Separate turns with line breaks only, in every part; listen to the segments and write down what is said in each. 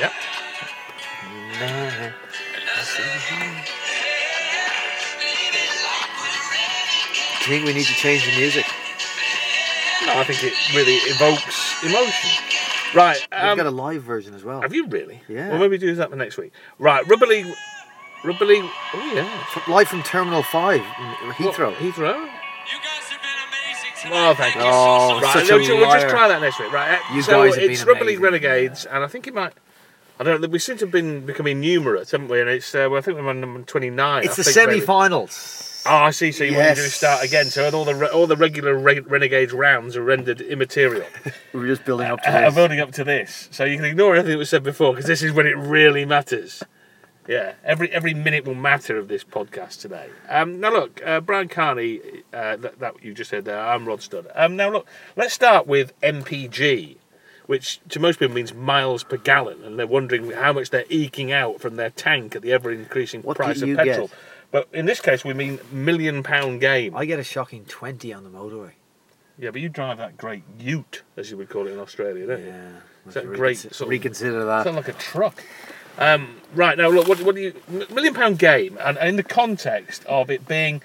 Yep.
I think we need to change the music.
No, I think it really evokes emotion. Right.
We've
Um,
got a live version as well.
Have you really?
Yeah.
Well, maybe do that for next week. Right. Rugby League. Rugby League. Oh yeah.
F- Live from Terminal 5 in Heathrow.
What, Heathrow.
You guys have been amazing
Oh, thank you.
Oh,
right,
such
we'll,
a
ju- we'll just
liar.
try that next week, right? uh,
You
so
guys have
it's
been
Rugby League
amazing.
Renegades, and I think it might. I don't know. We seem to have been becoming numerous, haven't we? And it's. Uh, well, I think we're on number twenty-nine.
It's
I
the
think,
semi
maybe.
finals.
Oh, I see. So you want to do
Yes.
is start again. So all the re- all the regular re- renegades rounds are rendered immaterial.
We were just building up to
I'm
this.
building up to this, so you can ignore everything that was said before because this is when it really matters. Yeah, every every minute will matter of this podcast today. Um, now look, uh, Brian Carney, uh, that, that you just said there. I'm Rod Studd. Um, now look, let's start with MPG, which to most people means miles per gallon, and they're wondering how much they're eking out from their tank at the ever increasing
What do
price of
you
petrol.
get?
But in this case, we mean million pound game.
I get a shocking 20 on the motorway.
Yeah, but you drive that great Ute, as you would call it in Australia, don't you?
Yeah.
Is that
Reconsi-
great sort of-
reconsider
Sound
that.
like a truck. Um, right now, look, what, what do you m- million pound game, and, and in the context of it being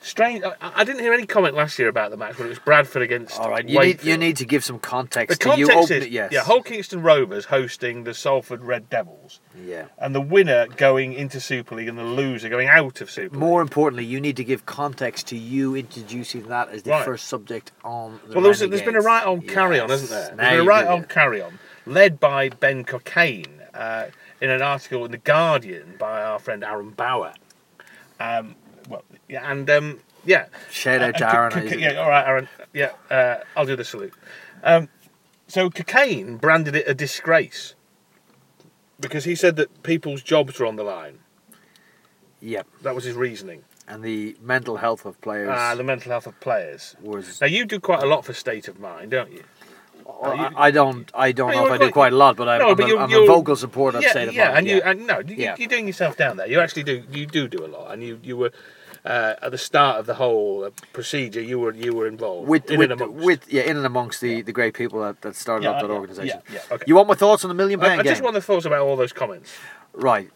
strange, I, I didn't hear any comment last year about the match when it was Bradford against.
All right, you need,
Wakefield.
you need to give some
the
context. to you
context
open
is
it, yes.
yeah, Hull Kingston Rovers hosting the Salford Red Devils,
yeah.
and the winner going into Super League and the loser going out of Super League.
More importantly, you need to give context to you introducing that as the
Right.
first subject on the
Well, there's, there's been a
Renegades.
right on carry on,
Yes.
hasn't there? There's
Now
been a
you
right
do
on
it.
carry on, led by Ben Cocaine uh, in an article in The Guardian by our friend Aaron Bauer. Um, well, yeah, and um, yeah.
Shout out to
Uh,
Aaron.
Coca-
he's a-
yeah, all right, Aaron. Yeah, uh, I'll do the salute. Um, so Cocaine branded it a disgrace because he said that people's jobs were on the line.
Yep.
That was his reasoning.
And the mental health of players
Ah, the mental health of players.
was.
Now you do quite a lot for state of mind, don't you?
I- I don't. I don't
No,
know if
you're
I do
quite-
quite a lot, but I'm,
No,
I'm,
but
a-
you're-
I'm
you're-
a vocal supporter of
yeah,
State of
yeah,
Mind.
and you and no, you,
Yeah.
you're doing yourself down there. You actually do you do do a lot, and you you were uh, at the start of the whole uh, procedure. You were you were involved
with,
in
with,
and amongst.
with yeah, in and amongst the, the great people that, that started
Yeah,
up that
yeah,
organisation.
yeah, yeah, okay.
You want my thoughts on the million
I,
pound
I
game?
just want the thoughts about all those comments.
Right.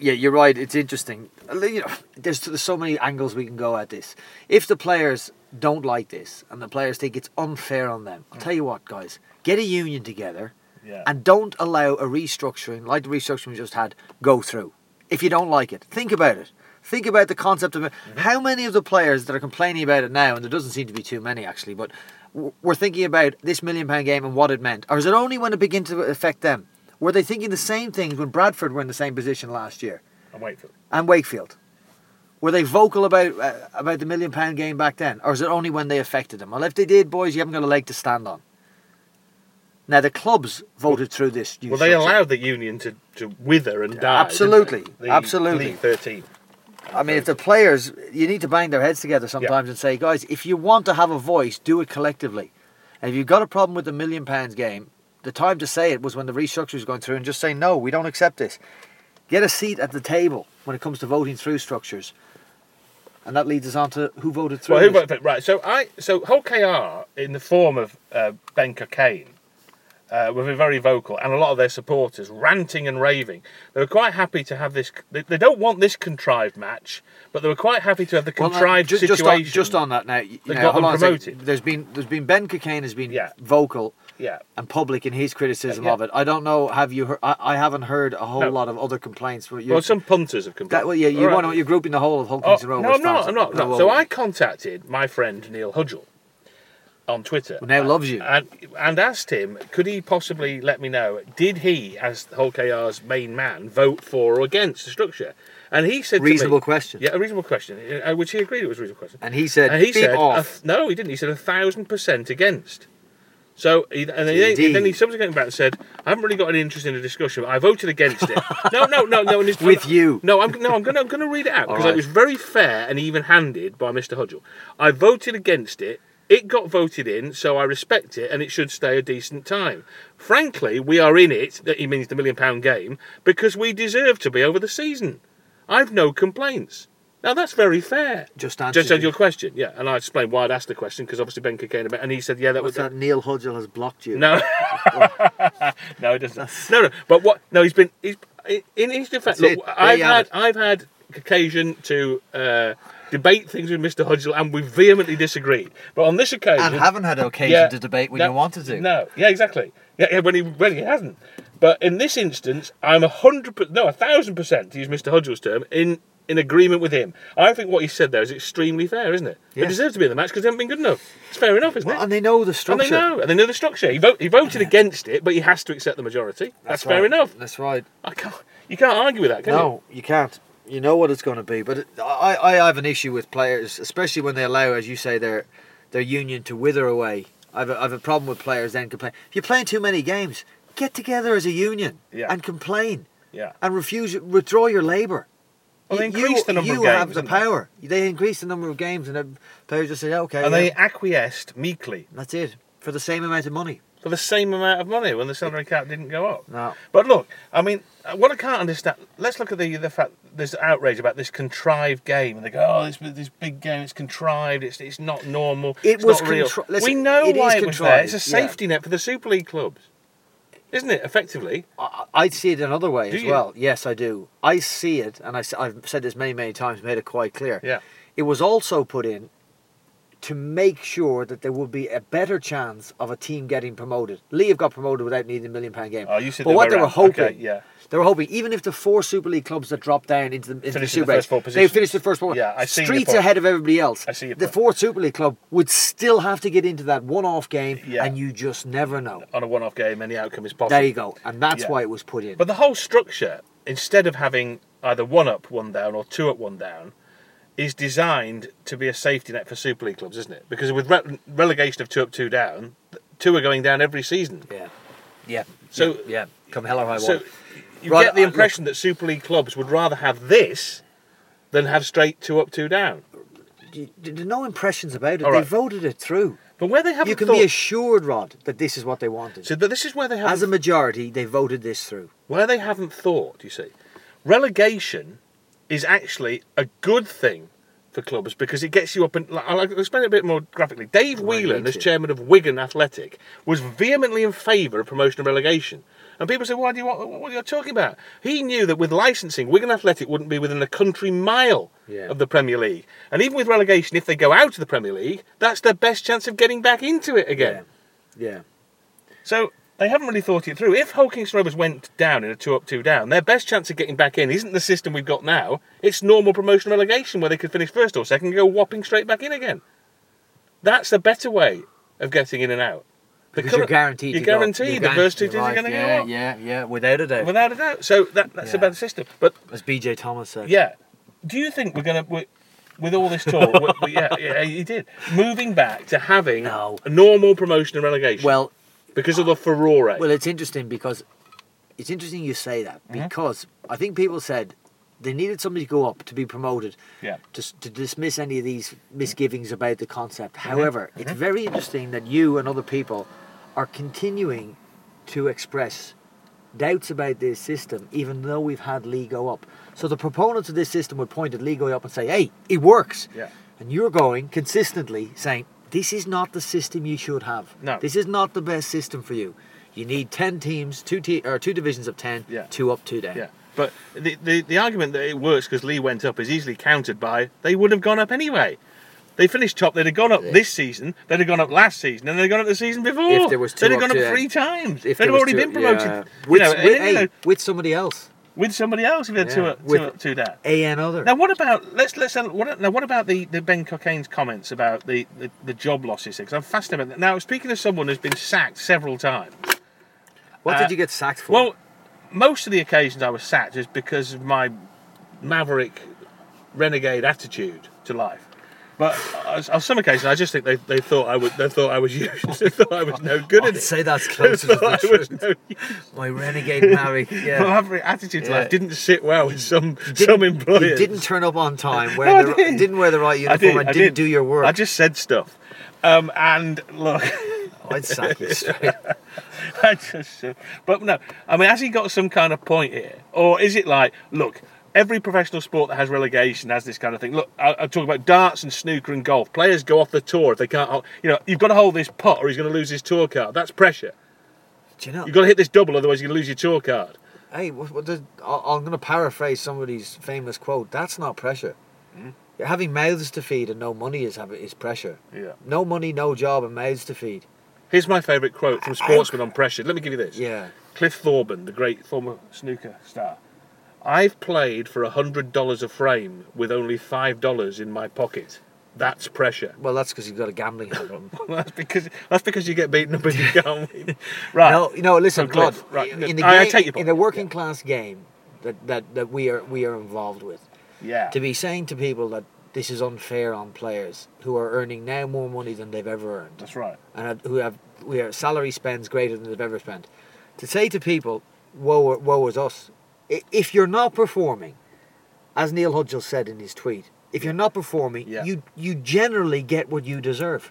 Yeah, you're right. It's interesting. Uh, You know, there's, there's so many angles we can go at this. If the players don't like this and the players think it's unfair on them, I'll tell you what, guys, get a union together
Yeah.
and don't allow a restructuring like the restructuring we just had go through. If you don't like it, think about it. Think about the concept of it.
Mm-hmm.
How many of the players that are complaining about it now, and there doesn't seem to be too many actually, but w- were thinking about this million pound game and what it meant? Or is it only when it began to affect them? Were they thinking the same things when Bradford were in the same position last year
I'm waiting for it.
and Wakefield? Were they vocal about uh, about the million pound game back then, or is it only when they affected them? Well, if they did, boys, you haven't got a leg to stand on. Now the clubs voted through this. new
Well, they
structure.
allowed the union to, to wither and die. didn't
Absolutely,
they? The
absolutely.
League Thirteen.
I mean, if the players, you need to bang their heads together sometimes and say, guys, if you want to have a voice, do it collectively. And if you've got a problem with the million pounds game, the time to say it was when the restructure was going through and just say, no, we don't accept this. Get a seat at the table when it comes to voting through structures. And that leads us on to who voted through.
Well, who
this.
voted for it? Right. So I so whole KR in the form of uh, Ben Cocaine uh, were very vocal, and a lot of their supporters ranting and raving. They were quite happy to have this. They, they don't want this contrived match, but they were quite happy to have the
Well, now,
contrived
ju- just,
situation.
on, just on that now. y-
that
now,
got
hold
them
on a second.
promoted.
There's been there's been Ben Cocaine has been
Yeah.
vocal
yeah.
and public in his criticism
Yeah.
of it. I don't know. Have you? Heard, I, I haven't heard a whole
No.
lot of other complaints. Well, you-
Well, some punters have complained.
That, well, yeah, you
All right.
want to, you're grouping the whole of
Oh,
Hulkins and Rovers.
no, I'm not.
fans.
I'm not.
No,
no.
well,
So I contacted my friend Neil Hudgel on Twitter. Uh,
Who now loves you.
And, and asked him, could he possibly let me know, did he, as the whole KR's main man, vote for or against the structure? And he said to me-
Reasonable question.
Yeah, a reasonable question, uh, which he agreed it was a reasonable question.
And he said,
And he
"Beep
said, a
off."
th- no, he didn't. He said a thousand percent against. So, he, and then, he-
Indeed.
then he subsequently came back and said, I haven't really got any interest in the discussion, but I voted against it. no, no, no, no. And it's-
With you.
No, I'm, no, I'm going to I'm gonna read it out because
right.
it was very fair and even handed by Mr. Hudgel. I voted against it. It got voted in, so I respect it and it should stay a decent time. Frankly, we are in it, that he means the million pound game, because we deserve to be over the season. I've no complaints. Now that's very fair.
Just answered.
Just said
it.
your question, yeah, and I explained why I'd asked the question because obviously Ben Cocaine about, and he said, yeah, that
What's
was
that? Neil Hudgel has blocked you.
No. no, he doesn't. No, no. But what? No, he's been. He's in his defence.
That's
Look,
it. There
I've
you have
had.
it.
I've had occasion to uh, debate things with Mr. Hodgel, and we vehemently disagreed. But on this occasion,
And haven't had occasion
yeah,
to debate when
no,
you wanted to.
No. Yeah. Exactly. Yeah, yeah, when he when he hasn't, but in this instance, I'm a hundred per- no a thousand percent to use Mr. Hodgel's term in in agreement with him. I think what he said there is extremely fair, isn't it? They
Yes.
deserve to be in the match because they haven't been good enough. It's fair enough, isn't it?
Well, and they know the
And
structure.
they know, and they know the structure. He, vote, he voted against it, but he has to accept the majority. That's, fair
right.
enough.
That's right.
I can't, you can't argue with that, can
no, you? can't. You know what it's going to be. But it, I, I have an issue with players, especially when they allow, as you say, their their union to wither away. I've a, I've a problem with players then complain. If you're playing too many games, get together as a union
Yeah.
and complain
you? Yeah.
and refuse withdraw your labour.
Well, they
You-
increased
you,
the number
you
of games.
have the
didn't they?
power. They increased the number of games, and the players just say, "Okay,
And
yeah,
they acquiesced meekly
that's it for the same amount of money."
for the same amount of money when the salary cap didn't go up.
No.
But look, I mean, uh, what I can't understand. Let's look at the the fact there's outrage about this contrived game, and they go, "Oh, this this big game, it's contrived. It's it's not normal.
It
it's
was
not real."
contri- listen,
we know
it
why
is
it was there. It's a
contrived, yeah.
safety net for the Super League clubs, isn't it? Effectively,
I, I see it another way
Do
as
you?
well. Yes, I do. I see it, and I, have said this many, many times, made it quite clear.
yeah.
It was also put in to make sure that there would be a better chance of a team getting promoted. Lee have got promoted without needing a million pound game.
Oh, you said
but
the
what
way
they were
round.
hoping,
Okay, yeah.
they were hoping even if the four Super League clubs that dropped down into the, into the
Finish in the
Super
first four
League, they
positions.
finished the first four.
Yeah, I see your
streets
point.
ahead of everybody else.
I see your
the
point.
fourth Super League club would still have to get into that one-off game,
Yeah.
and you just never know.
on a one-off game, any outcome is possible.
There you go, and that's
Yeah.
why it was put in.
But the whole structure, instead of having either one up, one down, or two up, one down, is designed to be a safety net for Super League clubs, isn't it? Because with re- relegation of two up, two down, th- two are going down every season.
Yeah. Yeah.
So-
yeah, yeah. come hell or high
So
water.
you
Right,
get the
uh, look-
impression that Super League clubs would rather have this than have straight two up, two down.
You- There's no impressions about it.
All
They
right.
voted it through.
But where they haven't
You can
thought,
be assured, Rod, that this is what they wanted.
so th- this is where they haven't
As a majority, they voted this through.
where they haven't thought, you see, relegation is actually a good thing for clubs because it gets you up and like, I'll explain it a bit more graphically. Dave
Right,
Whelan,
me
as
too.
chairman of Wigan Athletic, was vehemently in favour of promotion and relegation. And people say, "Why do you want, what are you talking about?" He knew that with licensing, Wigan Athletic wouldn't be within a country mile
Yeah.
of the Premier League. And even with relegation, if they go out of the Premier League, that's their best chance of getting back into it again.
Yeah.
So they haven't really thought it through. If Hawkins Rovers went down in a two up, two down, their best chance of getting back in isn't the system we've got now. It's normal promotion and relegation where they could finish first or second and go whopping straight back in again. That's the better way of getting in and out. The
Because you're
current-
guaranteed
You're
to go up.
guaranteed
You're
the first two
guaranteed-
teams are going to
right,
go up.
Yeah, yeah, yeah, without a doubt.
Without a doubt. So that, that's a
Yeah.
better system. But
As BJ Thomas said.
yeah. Do you think we're going to, with all this talk, we- we- yeah, yeah, he did, moving back to having
No.
a normal promotion and relegation
Well,
because of the furore?
well, it's interesting because it's interesting you say that because I think people said they needed somebody to go up to be promoted
yeah.
to, s- to dismiss any of these misgivings about the concept.
Mm-hmm.
However, it's very interesting that you and other people are continuing to express doubts about this system, even though we've had Lee go up. So the proponents of this system would point at Lee going up and say, hey, it works.
Yeah.
And you're going consistently saying, this is not the system you should have.
No.
This is not the best system for you. You need 10 teams, two, te- or two divisions of 10,
Yeah.
two up, two down.
Yeah, but the, the, the argument that it works because Lee went up is easily countered by they would have gone up anyway. They finished top. They'd have gone up this season. They'd have gone up last season, and they'd have gone up the season before.
If there was two
they'd have
up
gone up
to-
three times.
If
they'd
there
have
was
already
two-
been promoted.
yeah.
You
With,
know,
with,
and, you
hey,
know,
with somebody else.
with somebody else if they're two
Yeah,
up, two,
with-
up, two down.
A and other.
Now what about let's let's what, now what about the, the Ben Cocaine's comments about the, the, the job losses? Because I'm fascinated. Now speaking of someone who's been sacked several times.
what
uh,
did you get sacked for?
Well, most of the occasions I was sacked is because of my maverick, renegade attitude to life. But on- on some occasions, I just think they, they thought I would they thought I was useless. They thought I was no good at
I'd
it.
say that's
They
closer to
thought
the
I was
truth.
no use.
My renegade Mary.
My
Yeah.
maverick attitude to
Yeah.
life didn't sit well with some
Didn't-
some employers.
You didn't turn up on time.
No, Oh, I
Wearing the,
did.
didn't wear the right
I
uniform
did.
and
I
didn't
did.
do your work.
I just said stuff. Um, and look,
I'd sack you straight.
I just, but no, I mean, has he got some kind of point here, or is it like, look, every professional sport that has relegation has this kind of thing. Look, I, I'm talking about darts and snooker and golf. Players go off the tour if they can't. Hold, you know, you've got to hold this pot or he's going to lose his tour card. That's pressure.
Do you know?
You've got to hit this double, otherwise you're going to lose your tour card.
hey, what, what does, I- I'm going to paraphrase somebody's famous quote. That's not pressure.
Hmm?
Having mouths to feed and no money is have- is pressure.
Yeah.
No money, no job, and mouths to feed.
Here's my favourite quote from
I- I-
Sportsman on Pressure. Let me give you this.
Yeah.
Cliff Thorburn, the great former snooker star. I've played for $100 a frame with only $5 in my pocket. That's pressure.
Well, that's because you've got a gambling problem.
that's because that's because you get beaten up if you can't win. Right.
No, no. Listen,
So, Cliff,
Claude,
right,
In the
I- I
game,
take your point,
in a working class game that, that, that we are we are involved with,
Yeah.
to be saying to people that this is unfair on players who are earning now more money than they've ever earned.
That's right.
and who have we have salary spends greater than they've ever spent. To say to people, "Woe, woe is us," i- if you're not performing, as Neil Hudgel said in his tweet, if you're not performing,
Yeah. Mm.
you you generally get what you deserve.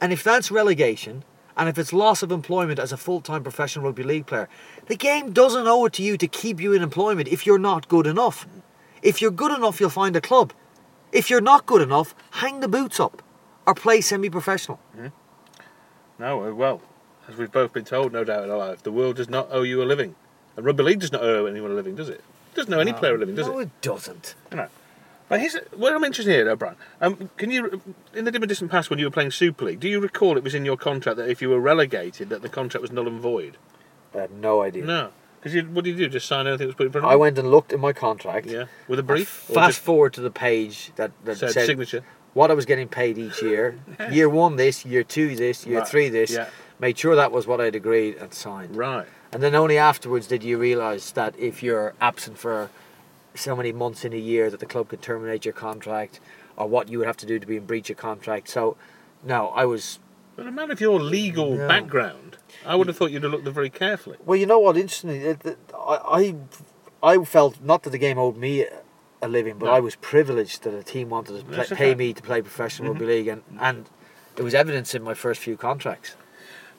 And if that's relegation, and if it's loss of employment as a full-time professional rugby league player, the game doesn't owe it to you to keep you in employment if you're not good enough.
Mm.
If you're good enough, you'll find a club. If you're not good enough, hang the boots up or play semi-professional.
No, uh, well, as we've both been told, no doubt in our life, the world does not owe you a living. And rugby league does not owe anyone a living, does it? Doesn't owe any player a living, does
no,
it?
it doesn't.
You know. But here's what I'm interested here, though, Brian. Um, can you, in the dim and distant past when you were playing Super League, do you recall it was in your contract that if you were relegated, that the contract was null and void?
I had no idea.
No, because what did you do? Just sign anything that was put in front of
I
you?
went and looked at my contract.
Yeah, with a
I
brief. or
Fast
just
forward to the page that, that
said,
said,
signature.
what I was getting paid each year. year one this, year two this, year
Right,
three this.
yeah.
Made sure that was what I'd agreed and signed.
Right.
And then only afterwards did you realise that if you're absent for so many months in a year that the club could terminate your contract or what you would have to do to be in breach of contract. So, no, I was
But a man of your legal
No.
background, I would have thought you'd have looked at them very carefully.
Well, you know what? Interestingly, it- it- I, I I felt not that the game owed me a living, but
No.
I was privileged that a team wanted to pla
That's okay. Mm-hmm.
pay me to play professional rugby league, and and it was evidence in my first few contracts.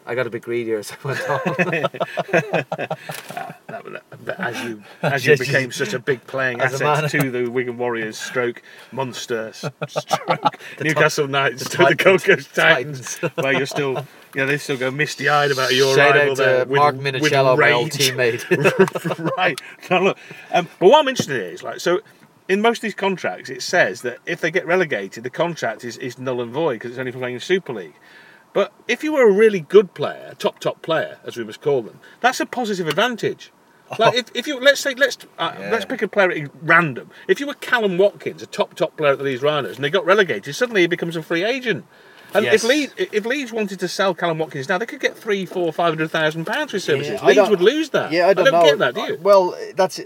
I got a bit greedier as I went on.
That, that, that as you as you
Yes,
became
yes.
such a big playing
As a
asset to
man.
the Wigan Warriors, stroke Munster, s- stroke Newcastle Knights,
the
to the
Titans.
Cocoa Titans,
Titans.
where you're still, you know, they still go misty eyed about your
Shout
arrival
out
there.
to
with-
Mark
with
Minicello, my old
rage.
teammate.
right. Now look, um, but what I'm interested in is like so. In most of these contracts, it says that if they get relegated, the contract is, is null and void because it's only for playing in Super League. But if you were a really good player, a top top player, as we must call them, that's a positive advantage. Like if, if you let's say let's uh,
Yeah.
let's pick a player at random. If you were Callum Watkins, a top top player at the Leeds Rhinos, and they got relegated, suddenly he becomes a free agent. And if
Yes.
Leeds if Leeds wanted to sell Callum Watkins now, they could get three, four, five hundred thousand pounds for his services.
Yeah, I
Leeds
don't-
would lose that.
Yeah, I don't,
don't
know.
get that, do you?
Well, that's.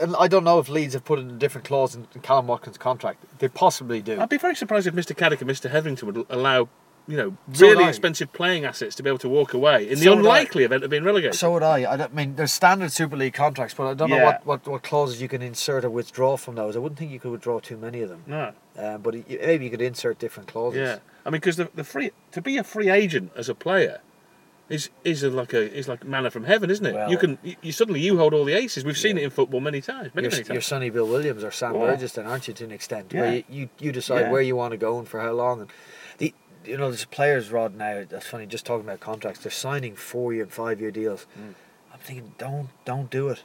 And I don't know if Leeds have put in a different clause in Callum Watkins' contract. They possibly do.
I'd be very surprised if Mr. Caddick and Mr. Hetherington would allow, you know,
So would
really
I.
expensive playing assets to be able to walk away in the
So would I.
unlikely event of being relegated.
So would I. I, don't, I mean, there's standard Super League contracts, but I don't
Yeah.
know what, what, what clauses you can insert or withdraw from those. I wouldn't think you could withdraw too many of them.
no,
Uh, but you- maybe you could insert different clauses.
yeah, I mean, because the, the free to be a free agent as a player is is a, like a is like manna from heaven, isn't it?
Well-
you can you, you suddenly you hold all the aces. We've seen it in football many times, many
You're,
many
you're
times.
Sonny Bill Williams or Sam
Well-
Burgess, then, aren't you, to an extent?
Yeah.
Where you, you, you decide
Yeah.
where you want to go and for how long. And the you know, there's players, Rod, now, that's funny, just talking about contracts, they're signing four year and five year deals.
Mm.
I'm thinking, don't don't do it.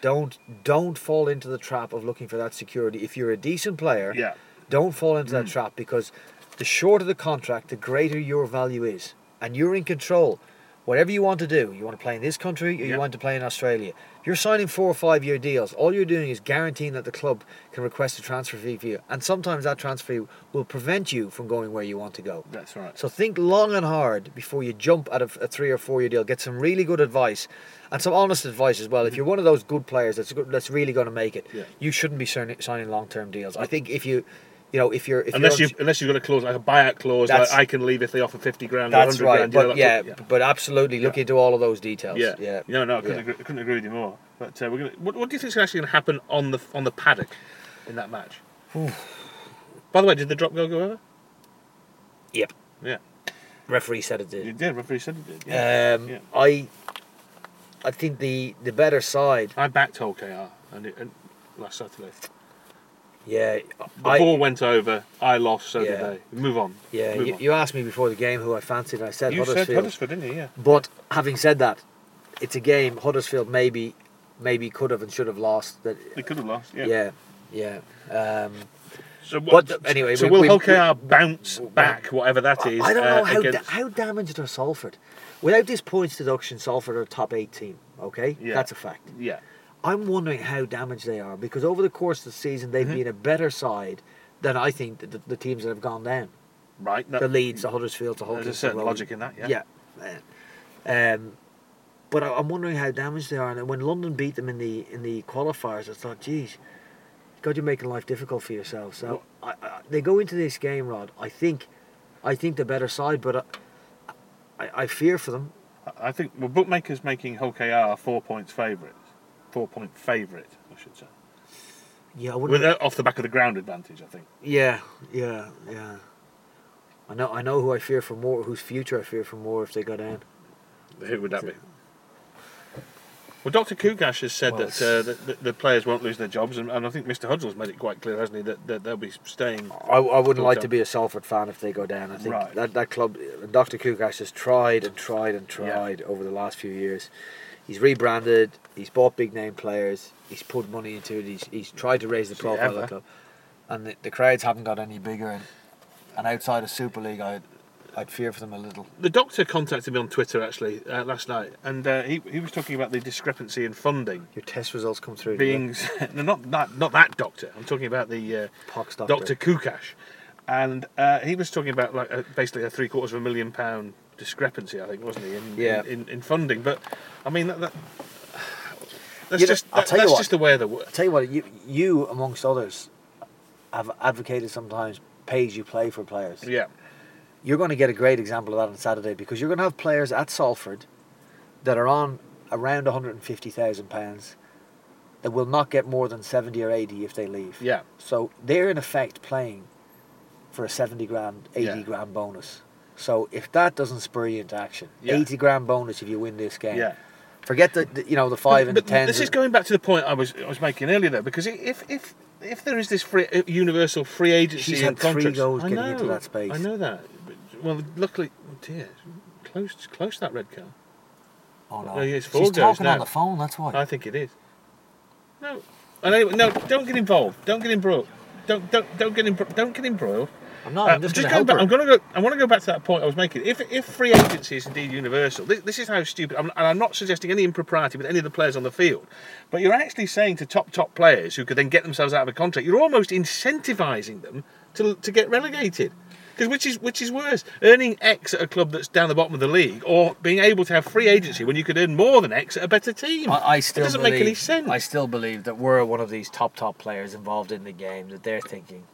Don't don't fall into the trap of looking for that security. If you're a decent player,
Yeah.
don't fall into that trap because the shorter the contract, the greater your value is, and you're in control. Whatever you want to do, you want to play in this country or
Yeah.
you want to play in Australia. If you're signing four or five year deals, all you're doing is guaranteeing that the club can request a transfer fee for you, and sometimes that transfer fee will prevent you from going where you want to go.
That's right.
So think long and hard before you jump at a, a three or four year deal. Get some really good advice and some honest advice as well. If you're one of those good players that's good, that's really going to make it,
Mm-hmm. Yeah.
you shouldn't be signing, signing long term deals. I think if you, you know, if you're if
Unless
you're
you unless you've got a clause like a buyout clause, like
That's-
I can leave if they offer fifty grand or
that's
hundred
right,
grand. you know,
but
that
yeah,
sort of-
but absolutely look into all of those details.
Yeah,
yeah.
No, no, I couldn't,
Yeah.
agree, couldn't agree with you more. But uh, we're gonna. What, what do you think is actually going to happen on the on the paddock in that match? By the way, did the drop goal go over?
Yep.
Yeah,
Referee said it did.
it did. Referee said it did. Yeah.
Um,
Yeah.
I, I think the the better side
I backed whole KR, and, it, and last Saturday.
Yeah,
The
I,
ball went over. I lost. So did
Yeah.
they. Move on.
yeah.
Move
You,
on.
you asked me before the game who I fancied, and I said
You said
Huddersfield.
Huddersfield, didn't you? Yeah.
But having said that, it's a game Huddersfield maybe, maybe could have and should have lost. That
They could have lost. Yeah.
yeah, yeah. Um,
So
But
what,
th- anyway,
so
we-
will
we-
OKR bounce
we-
back, whatever that is?
I don't
uh,
know how da-
against-
how damaged are Salford. Without this points deduction, Salford are a top eight team. Okay,
Yeah.
that's a fact.
yeah,
I'm wondering how damaged they are because over the course of the season they've
Mm-hmm.
been a better side than I think the, the teams that have gone down.
right. That,
the Leeds, the Huddersfield, the Hulk.
There's a certain logic in that. Yeah.
Yeah. yeah. Um, but I, I'm wondering how damaged they are. And when London beat them in the in the qualifiers, I thought, geez, God, you're making life difficult for yourself. So I, I, they go into this game, Rod. I think, I think the better side, but I, I, I fear for them.
I- I think well, bookmakers making OKR four points favourite, four point favourite, I should say,
Yeah, I wouldn't.
with uh, off the back of the ground advantage. I think.
yeah, yeah, yeah. I know, I know who I fear for more. Whose future I fear for more if they go down.
Who would that be? Well, Dr. Kugash has said
Well,
that, uh, that, that the players won't lose their jobs, and, and I think Mr. Hudgell's made it quite clear, hasn't he, that, that they'll be staying.
I, I wouldn't like
Okay.
to be a Salford fan if they go down. I think
Right.
that, that club, Dr. Kukash has tried and tried and tried over the last few years. He's rebranded, he's bought big name players, he's put money into it, he's, he's tried to raise the
See,
profile of
ever.
the club. And the, the crowds haven't got any bigger. And, and outside of Super League, I'd, I'd fear for them a little.
The doctor contacted me on Twitter actually uh, last night, and uh, he, he was talking about the discrepancy in funding
Your test results come through. do they?
being no, not that not that doctor. I'm talking about the uh,
Pox doctor.
Doctor Kukash, and uh, he was talking about like a, basically a three quarters of a million pound discrepancy. I think wasn't he in
Yeah.
in, in, in funding? But I mean that, that that's
You know,
just
I'll
that-
tell you
that's
what.
just the way of the world.
I'll tell you what, you, you amongst others, have advocated sometimes pays you play for players.
Yeah,
you're going to get a great example of that on Saturday because you're going to have players at Salford that are on around 150,000 pounds that will not get more than 70 or 80 if they leave.
yeah,
So they're in effect playing for a 70 grand, 80
Yeah.
grand bonus. So if that doesn't spur you into action,
Yeah.
80 grand bonus if you win this game.
yeah.
Forget the, the- you know the 5 and
But
the 10.
This is going back to the point I was I was making earlier, though, because i- if if if there is this free, uh, universal free agency
She's
and
had three
contracts,
goals
I
getting
know,
into that space.
I know that. But- Well, luckily, oh dear, close close to that red card.
oh no.
Oh, yeah, it's four
She's
goes
talking on
now.
the phone, that's why.
I think it is. No, and anyway, no, don't get involved. Don't get embroiled. Don't don't don't get embro- don't get embroiled.
I'm not,
Uh,
Oh, I'm just, going to
going
help
back,
her.
I'm going to go. I want to go back to that point I was making. If if free agency is indeed universal, this, this is how stupid. I'm, and I'm not suggesting any impropriety with any of the players on the field, but you're actually saying to top top players who could then get themselves out of a contract, you're almost incentivising them to to get relegated. Because which is which is worse, earning X at a club that's down the bottom of the league, or being able to have free agency when you could earn more than X at a better team.
I, I still
it doesn't
believe,
make any sense.
I still believe that we're one of these top top players involved in the game that they're thinking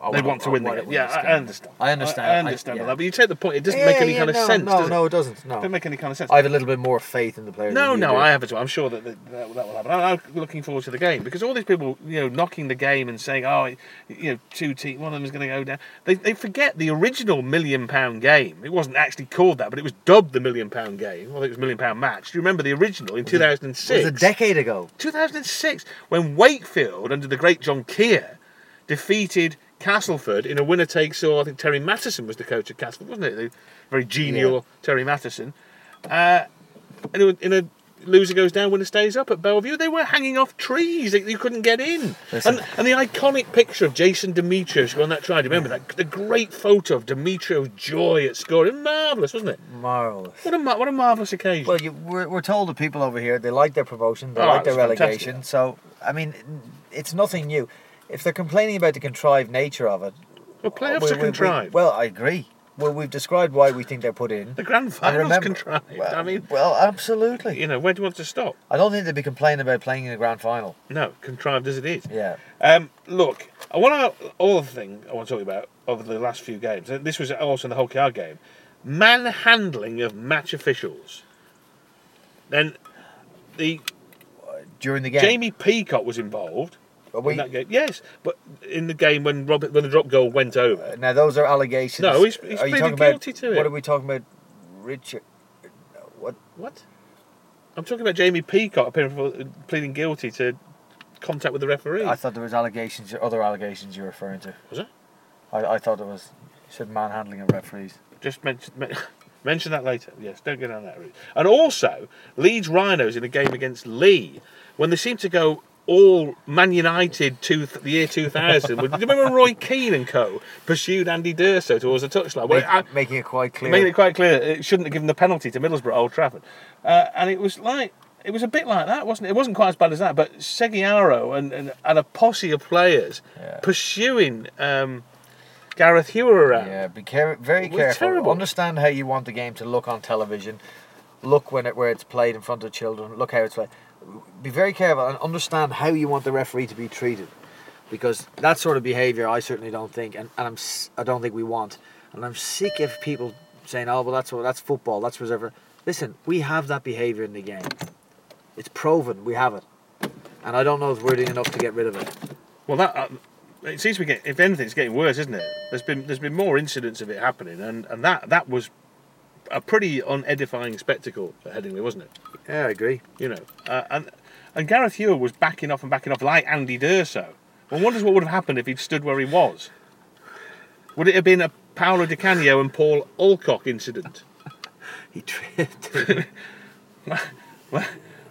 "Oh, I
they
wanna-
want to
I
win the
wanna
game.
win
Yeah,
this
I, I
game.
understand.
I understand.
I, understand all
yeah.
that, but you take the point. It doesn't make any
Yeah,
kind of
no,
sense.
No,
does it?
no, it doesn't. No,
Doesn't make any kind of sense.
I have a little bit more faith in the players.
No,
than you
no,
do.
I have as well. I'm sure that that, that that will happen. I'm I'm looking forward to the game because all these people, you know, knocking the game and saying, "Oh, it- you know, two team, one of them is going to go down." They, they forget the original million pound game. It wasn't actually called that, but it was dubbed the million pound game. Well, it was million pound match. Do you remember the original in two thousand and
It was
six?
a decade ago.
2006, when Wakefield, under the great John Keir, defeated Castleford in a winner takes all. I think Terry Mattison was the coach of Castleford, wasn't it? The very genial
Yeah.
Terry Mattison. Uh, and it was in a loser goes down, winner stays up at Bellevue. They were hanging off trees; They- you couldn't get in.
Listen.
And, and the iconic picture of Jason Demetrios on that try. Do you remember that? The great photo of Demetrios' joy at scoring, marvelous, wasn't it?
Marvelous.
What a mar- what a marvelous occasion.
Well, you, we're, we're told the people over here they like their promotion, they
Oh,
like
it
their
was fantastic.
relegation. So I mean, it's nothing new. If they're complaining about the contrived nature of it,
the playoffs
we-
are
we- we-
contrived.
well, I agree. Well, we've described why we think they're put in.
the grand
I
finals
remember-
contrived.
Well,
I mean,
well, absolutely.
you know, where do you want to stop?
I don't think they'd be complaining about playing in a grand final.
No, contrived as it is.
Yeah.
Um, look, I want to other thing I want to talk about over the last few games. and This was also in the whole car game, manhandling of match officials. Then the
During the game.
Jamie Peacock was involved
Are we-
in that game. Yes, but in the game when Robert when the drop goal went over,
uh, now those are allegations.
No, he's- he's
Are you
pleaded
talking about-
guilty to it.
What are we talking about, Richard? no, What?
what? I'm talking about Jamie Peacock appearing for pleading guilty to contact with the referee.
I thought there was allegations, other allegations you were referring to.
Was it?
I, I thought it was you said manhandling of referees.
Just mention men- mention that later. Yes, don't go down that route. And also, Leeds Rhinos in a game against Lee when they seem to go all Man United to th- the year 2000. Do you remember Roy Keane and co pursued Andy Durso towards the touchline? Well,
Make-
I-
making it quite clear.
Making it quite clear, it shouldn't have given the penalty to Middlesbrough at Old Trafford. Uh, and it was like, it was a bit like that, wasn't it? It wasn't quite as bad as that, but Seguiaro and, and, and a posse of players
Yeah.
pursuing um, Gareth Hewer around.
Yeah, be care- very
It was
careful.
terrible.
Understand how you want the game to look on television. Look when it where it's played in front of children. Look how it's played. Be very careful and understand how you want the referee to be treated, because that sort of behaviour I certainly don't think, and, and I'm s- I don't think we want. And I'm sick of people saying, "Oh, well, that's what that's football. That's whatever." Listen, we have that behaviour in the game. It's proven. We have it, and I don't know if we're doing enough to get rid of it.
Well, that uh, it seems to be getting, if anything, it's getting worse, isn't it? There's been there's been more incidents of it happening, and, and that that was a pretty unedifying spectacle at Headingley, wasn't it?
Yeah, I agree.
you know. Uh, and and Gareth Ewer was backing off and backing off like Andy Durso. One wonders what would have happened if he'd stood where he was. Would it have been a Paolo Di Canio and Paul Alcock incident
He tripped.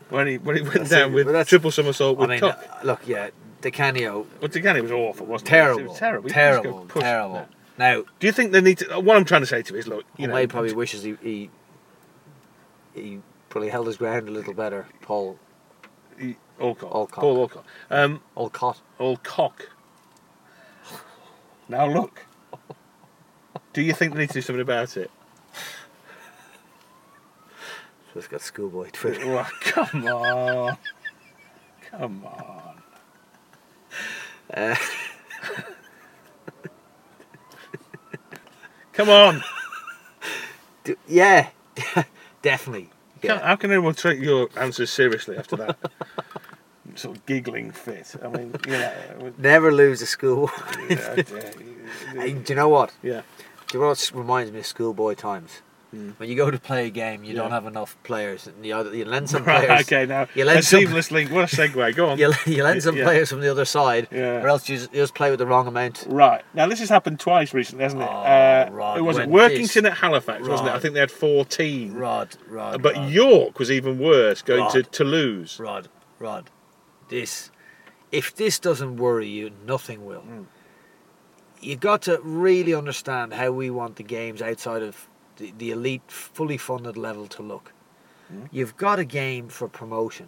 when he when he went
That's
down
it,
with
but that's-
triple somersault
I
with
mean,
Cock?
uh, look, yeah, De Canio,
But Di Canio was awful, wasn't
terrible,
he? It was terrible, He was
terrible,
just pushed.
terrible. Now,
Do you think they need to? What I'm trying to say to you is, look, you
you
know,
probably wishes he, he he probably held his ground a little better. Paul
he- Alcock,
Alcock.
Paul Alcock, um,
Olcott.
Alcock. Now look, do you think they need to do something about it?
Just got schoolboy Twitter.
Oh, come on. Come on.
Uh,
Come on.
d- yeah, definitely.
Can't-
Yeah.
How can anyone take your answers seriously after that? sort of giggling fit. I mean, you know. it was-
Never lose a schoolboy.
yeah,
Hey,
yeah,
do you know what?
yeah.
Do you know what reminds me of schoolboy times?
Mm.
When you go to play a game, you
Yeah.
don't have enough players. and You, either- you lend some
Right,
players.
okay, now.
You
You
lend
a
some-
seamless link. What a segue. Go on.
You, you lend some
Yeah.
players from the other side,
Yeah.
or else you just, you just play with the wrong amount.
Right. Now, this has happened twice recently, hasn't it?
Oh,
uh,
Rod,
it was it?
when
Workington at Halifax, wasn't it? I
Rod.
think they had 14.
Rod, Rod.
But
Rod,
York was even worse, going to
Rod.
Toulouse.
Rod, Rod, this. If this doesn't worry you, nothing will.
Mm.
You got to really understand how we want the games outside of the, the elite, fully funded level to look.
Mm.
You've got a game for promotion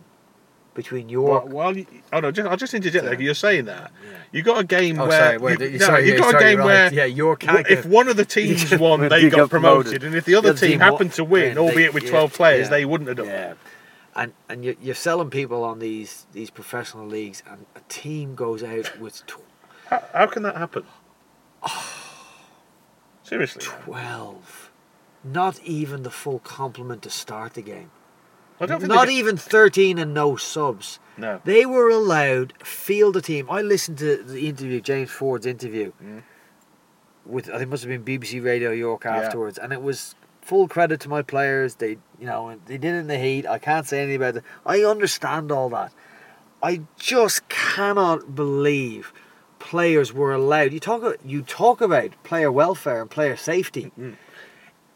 between York.
Well, well, you, oh no, just, I'll just interject there. 'cause You're saying that.
Yeah.
You got a game
Oh,
where,
sorry, wait,
you,
you-
no,
sorry,
you
yeah,
got
sorry,
a game
right.
where
Yeah, York
w-
can't
if
get-
one of the teams
Yeah,
won,
when
they
they
got
got
promoted,
promoted.
and if the other team,
wa-
happened to win,
then they-
albeit with
yeah,
twelve players,
yeah.
they wouldn't have done.
Yeah, and and you, you're selling people on these these professional leagues, and a team goes out with tw-
How, how can that happen? Seriously,
twelve, not even the full complement to start the game.
I don't think.
Not
they get-
even thirteen and no subs.
No.
They were allowed field a team. I listened to the interview, James Ford's interview,
Mm.
with I think it must have been BBC Radio York
Yeah.
afterwards, and it was full credit to my players. They, you know, and they did it in the heat. I can't say anything about it. I understand all that. I just cannot believe players were allowed. You talk, you talk about player welfare and player safety.
Mm,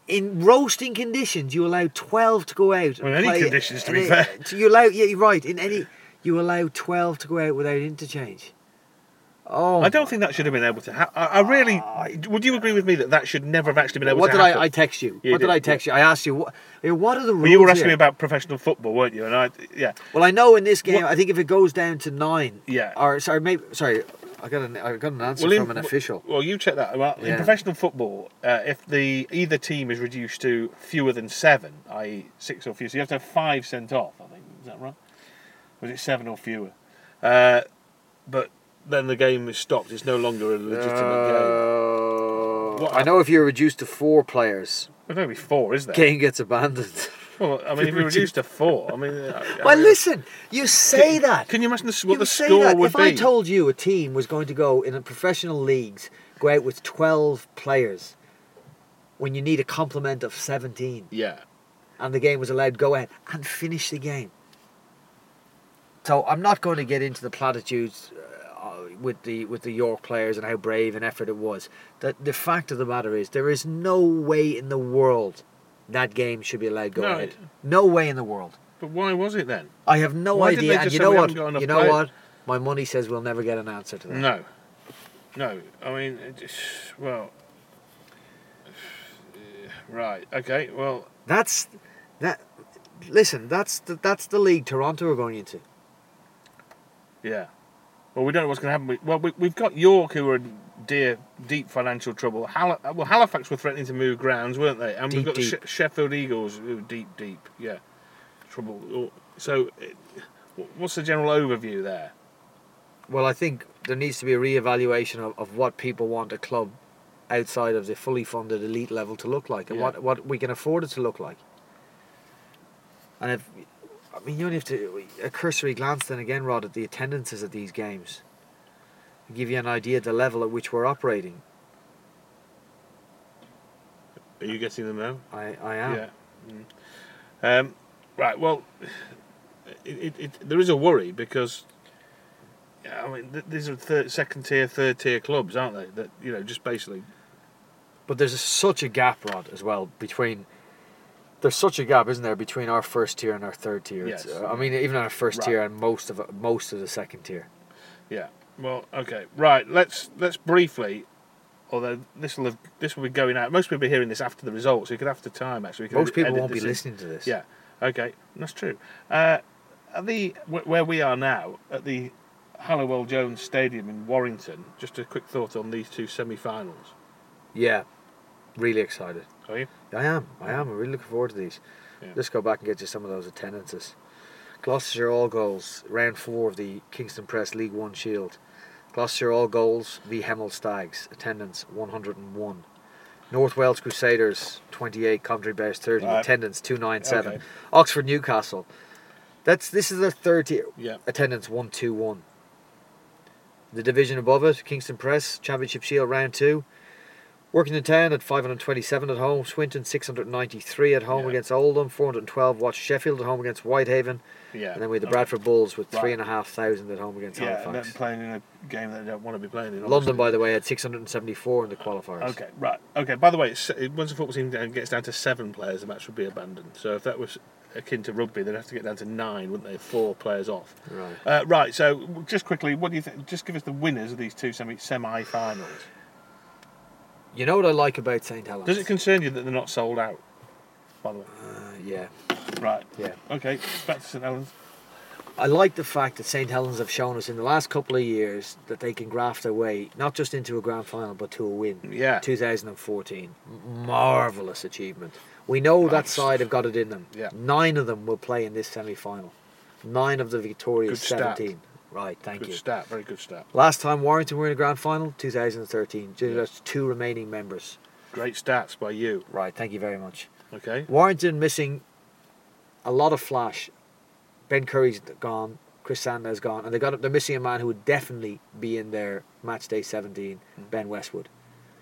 In roasting conditions, you allow twelve to go out.
Well, in
and
any
play-
conditions, to be
in a-
fair.
to- You allow, yeah, you're right. In any, you allow twelve to go out without interchange. Oh, Ah.
I don't think that should have been able to happen. I, I really. would you agree with me that that should never have actually been able
What
to
did
happen?
I, I text you?
You
what did,
did,
I text you? I asked you what. you know, What are the rules?
well, you were asking me
here?
about professional football, weren't you? And I, yeah,
Well, I know in this game,
What-
I think if it goes down to nine,
yeah.
or sorry, maybe sorry, I got an I got an answer
Well, in-
from an official.
Well, you check that. Well, in
Yeah.
professional football, uh, if the either team is reduced to fewer than seven, i.e., six or fewer, so you have to have five sent off. I think is that right? Was it seven or fewer? Uh, but then the game is stopped. It's no longer a legitimate game.
Uh,
What-
I know if you're reduced to four players,
There's only four, is there?
game gets abandoned.
Well, I mean, if you reduce to four, I mean, I, I
Well,
mean-
listen, you say that.
Can you imagine the, s-
you
what the
say
score
that.
would
if
be?
I told you a team was going to go in a professional leagues, go out with twelve players, when you need a complement of seventeen.
yeah,
and the game was allowed to go ahead and finish the game. So I'm not going to get into the platitudes uh, with the with the York players and how brave an effort it was. That the fact of the matter is there is no way in the world that game should be allowed go
No,
ahead.
it-
No way in the world.
But why was it then?
I have no
Why did they
idea. And
just
you
say
know
we
what?
haven't got enough
You know
players?
what? My money says we'll never get an answer to that.
No, no. I mean, it just- well, right. Okay. Well,
That's that. Listen, that's the, that's the league Toronto are going into.
yeah. Well, we don't know what's going to happen. We- Well, we, we've got York who are in dear deep financial trouble. Hal- well, Halifax were threatening to move grounds, weren't they? And we've
Deep,
got the
deep.
She- Sheffield Eagles who are deep, deep. Yeah, trouble. So, it- wh- what's the general overview there?
Well, I think there needs to be a reevaluation of, of what people want a club outside of the fully funded elite level to look like and
Yeah.
what, what we can afford it to look like. And if, I mean, you only have to a cursory glance then again, Rod, at the attendances at these games. Give you an idea of the level at which we're operating.
Are you getting them now?
I, I am.
Yeah. Mm. Um, right. Well, it, it, it, there is a worry because yeah, I mean th- these are third, second tier, third tier clubs, aren't they? That you know just basically.
But there's such a gap, Rod, as well between. There's such a gap, isn't there, between our first tier and our third tier? It's-
Yes.
uh, I mean, even our first
Right.
tier and most of most of the second tier.
Yeah. Well, okay. Right. Let's let's briefly. Although this will have, this will be going out. Most people will be hearing this after the results. So you could have to time actually. We could
Most
edit-
people
edit
won't be
this in.
listening to this.
Yeah. Okay. That's true. Uh, at the wh- where we are now at the Halliwell Jones Stadium in Warrington. Just a quick thought on these two semi-finals.
Yeah. Really excited.
Are you?
I am. I am. I'm really looking forward to these.
Yeah.
Let's go back and get you some of those attendances. Gloucestershire all goals, round four of the Kingston Press League One Shield. Gloucestershire all goals v Hemel Stags, attendance 101. North Wales Crusaders 28, Coventry Bears 30,
Right.
attendance 297.
Okay.
Oxford Newcastle. That's this is their third tier
Yeah.
attendance 121. The division above it, Kingston Press, Championship Shield round two. Workington Town at 527 at home, Swinton 693 at home
Yeah.
against Oldham, 412 watch Sheffield at home against Whitehaven,
Yeah.
and then we had the
I mean,
Bradford Bulls with
Right.
3,500 at home against
Yeah, and then
Halifax.
playing in a game that they don't want to be playing in.
London, by
obviously.
the way, had 674 in the qualifiers.
Okay, right. Okay, by the way, it's, it- once the football team down, gets down to seven players, the match would be abandoned. So if that was akin to rugby, they'd have to get down to nine, wouldn't they? Four players off.
Right.
Uh, right, so just quickly, what do you think? Just give us the winners of these two semi semi finals.
You know what I like about St. Helens?
Does it concern you that they're not sold out? By the way.
uh, yeah,
Right.
yeah.
Okay, back to St Helens.
I like the fact that St. Helens have shown us in the last couple of years that they can graft their way not just into a grand final but to a win.
Yeah.
2014, marvelous achievement. We know that
Marvellous.
side have got it in them.
Yeah.
Nine of them will play in this semi-final. Nine of the
Good
victorious
stat.
17. Right, thank
Good
you.
stat, very good stat.
Last time Warrington were in a grand final, 2013.
Yeah.
That's two remaining members.
Great stats by you.
Right, thank you very much.
Okay.
Warrington missing a lot of flash. Ben Curry's gone. Chris Sandler's gone, and they got they're missing a man who would definitely be in their match day seventeen.
Hmm.
Ben Westwood.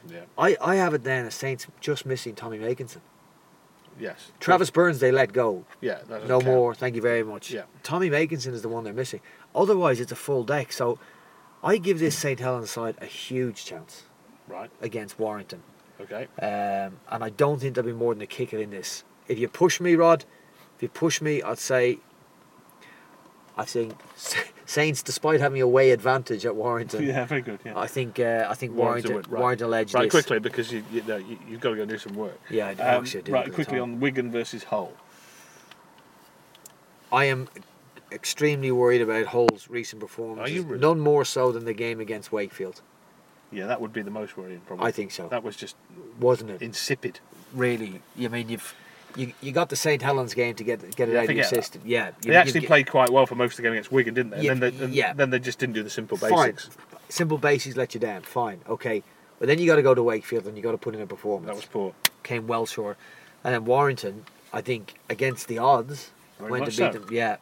Yeah.
I, I have it then as Saints just missing Tommy Makinson.
Yes.
Travis Burns they let go.
Yeah. that doesn't
No
count.
more. Thank you very much.
Yeah.
Tommy Makinson is the one they're missing. Otherwise, it's a full deck. So, I give this Saint Helens side a huge chance
Right.
against Warrington.
Okay.
Um, and I don't think there'll be more than a kicker in this. If you push me, Rod, if you push me, I'd say. I think S- Saints, despite having a way advantage at Warrington,
Yeah, very good. Yeah.
I think uh, I
Warrington
think Warrington
would-
Warrington,
right.
edge
Right,
this.
quickly because you, you know you, you've got to go do some work.
Yeah, I
Um,
actually did.
right, quickly on Wigan versus Hull.
I am extremely worried about Hull's recent performance.
really?
None more so than the game against Wakefield.
Yeah, that would be the most worrying. Probably.
I think so,
that was just
wasn't it?
insipid.
really, you mean you've you, you got the St Helens game to get get it
Yeah,
out of your
forget that.
system? Yeah,
They
you- you-
actually
you-
played quite well for most of the game against Wigan, didn't they?
Yeah,
and then they, and
yeah.
then they just didn't do the simple
Fine.
basics.
Simple basics let you down. Fine. Okay. But then you got to go to Wakefield and you got to put in a performance.
That was poor.
Came well short. And then Warrington, I think, against the odds,
Very
went
much
to beat
so.
them. Yeah.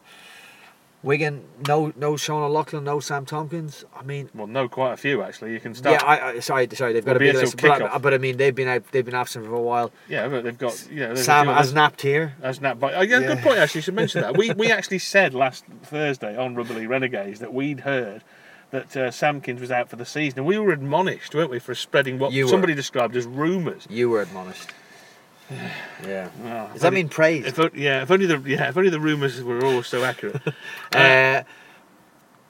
Wigan, no, no Sean O'Loughlin, no Sam Tompkins. I mean,
Well, no, quite a few actually. You can start.
yeah, I, I, sorry, sorry, they've got
It'll
a
be until
big list, but, I,
kick-off.
but I mean, they've been out, they've been absent for a while.
Yeah, but they've got you know. there's a
Sam
few others-
has napped here.
As Nat Bo- oh, yeah, good
Yeah.
point. Actually, you should mention that. We we actually said last Thursday on Rubbly Renegades that we'd heard that uh, Samkins was out for the season, and we were admonished, weren't we, for spreading what
You were.
somebody described as rumours.
You were admonished. yeah.
Oh,
Does that
if
mean praise?
If, o- yeah, if only the yeah, if only the rumours were all so accurate.
Uh,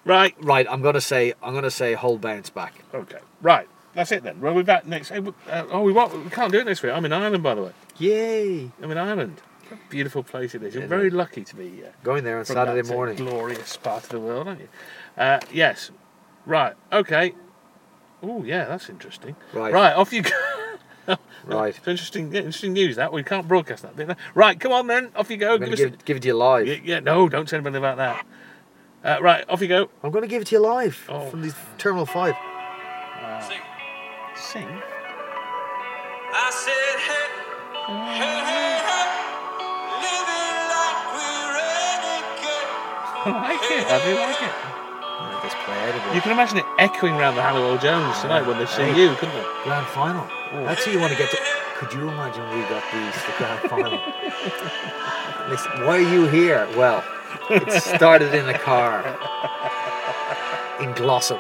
right.
right, I'm gonna say, I'm gonna say, whole bounce back.
Okay. Right. That's it then. Well, we're back next. eh, w- uh, Oh, we won't, we can't do it next week. I'm in Ireland, by the way.
Yay!
I'm in Ireland. What a beautiful place it is. You're
It
very
is.
lucky to be here.
Going there on
from
Saturday
that
morning.
Glorious part of the world, aren't you? Uh, yes. Right. Okay. Oh yeah, that's interesting.
Right.
Right. Off you go.
Right.
It's interesting. yeah, interesting news that we can't broadcast that. Bit. Right. Come on then. Off you go.
I'm gonna
Give us
give, give it to you live.
a- yeah, yeah, No. Don't say anything about that. Uh, right. Off you go.
I'm gonna give it to you live
Oh.
from the Terminal Five.
Sing.
Sing.
I said, hey, hey, hey, hey, living like we're renegades.
I like it. I do like it.
Let this play out a bit.
You can imagine it echoing around the Halliwell Jones tonight when they see
Hey.
you, couldn't they?
Grand final. That's who you want to get to. Could you imagine we got these the grand final? Listen, why are you here? Well, it started in a car in Glossop.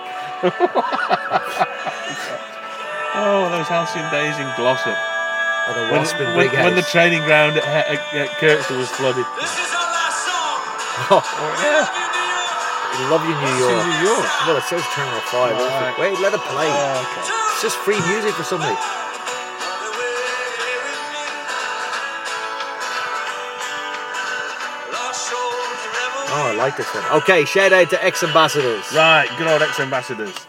Oh, those halcyon days in Glossop.
Or the
When,
Waspin
when,
Big
when the
House.
training ground at, at, at Kirkstall was flooded.
This is our last song.
Oh,
I
yeah.
love you, New
We
York.
love you,
New
New York.
York.
Well, it says Terminal 5.
Right.
Wait, let it play.
Oh,
It's just free music for somebody.
The way you're in me. Lost souls, rebel.
Oh, I like this one. Okay, shout out to ex ambassadors.
okay. Right, good old ex ambassadors.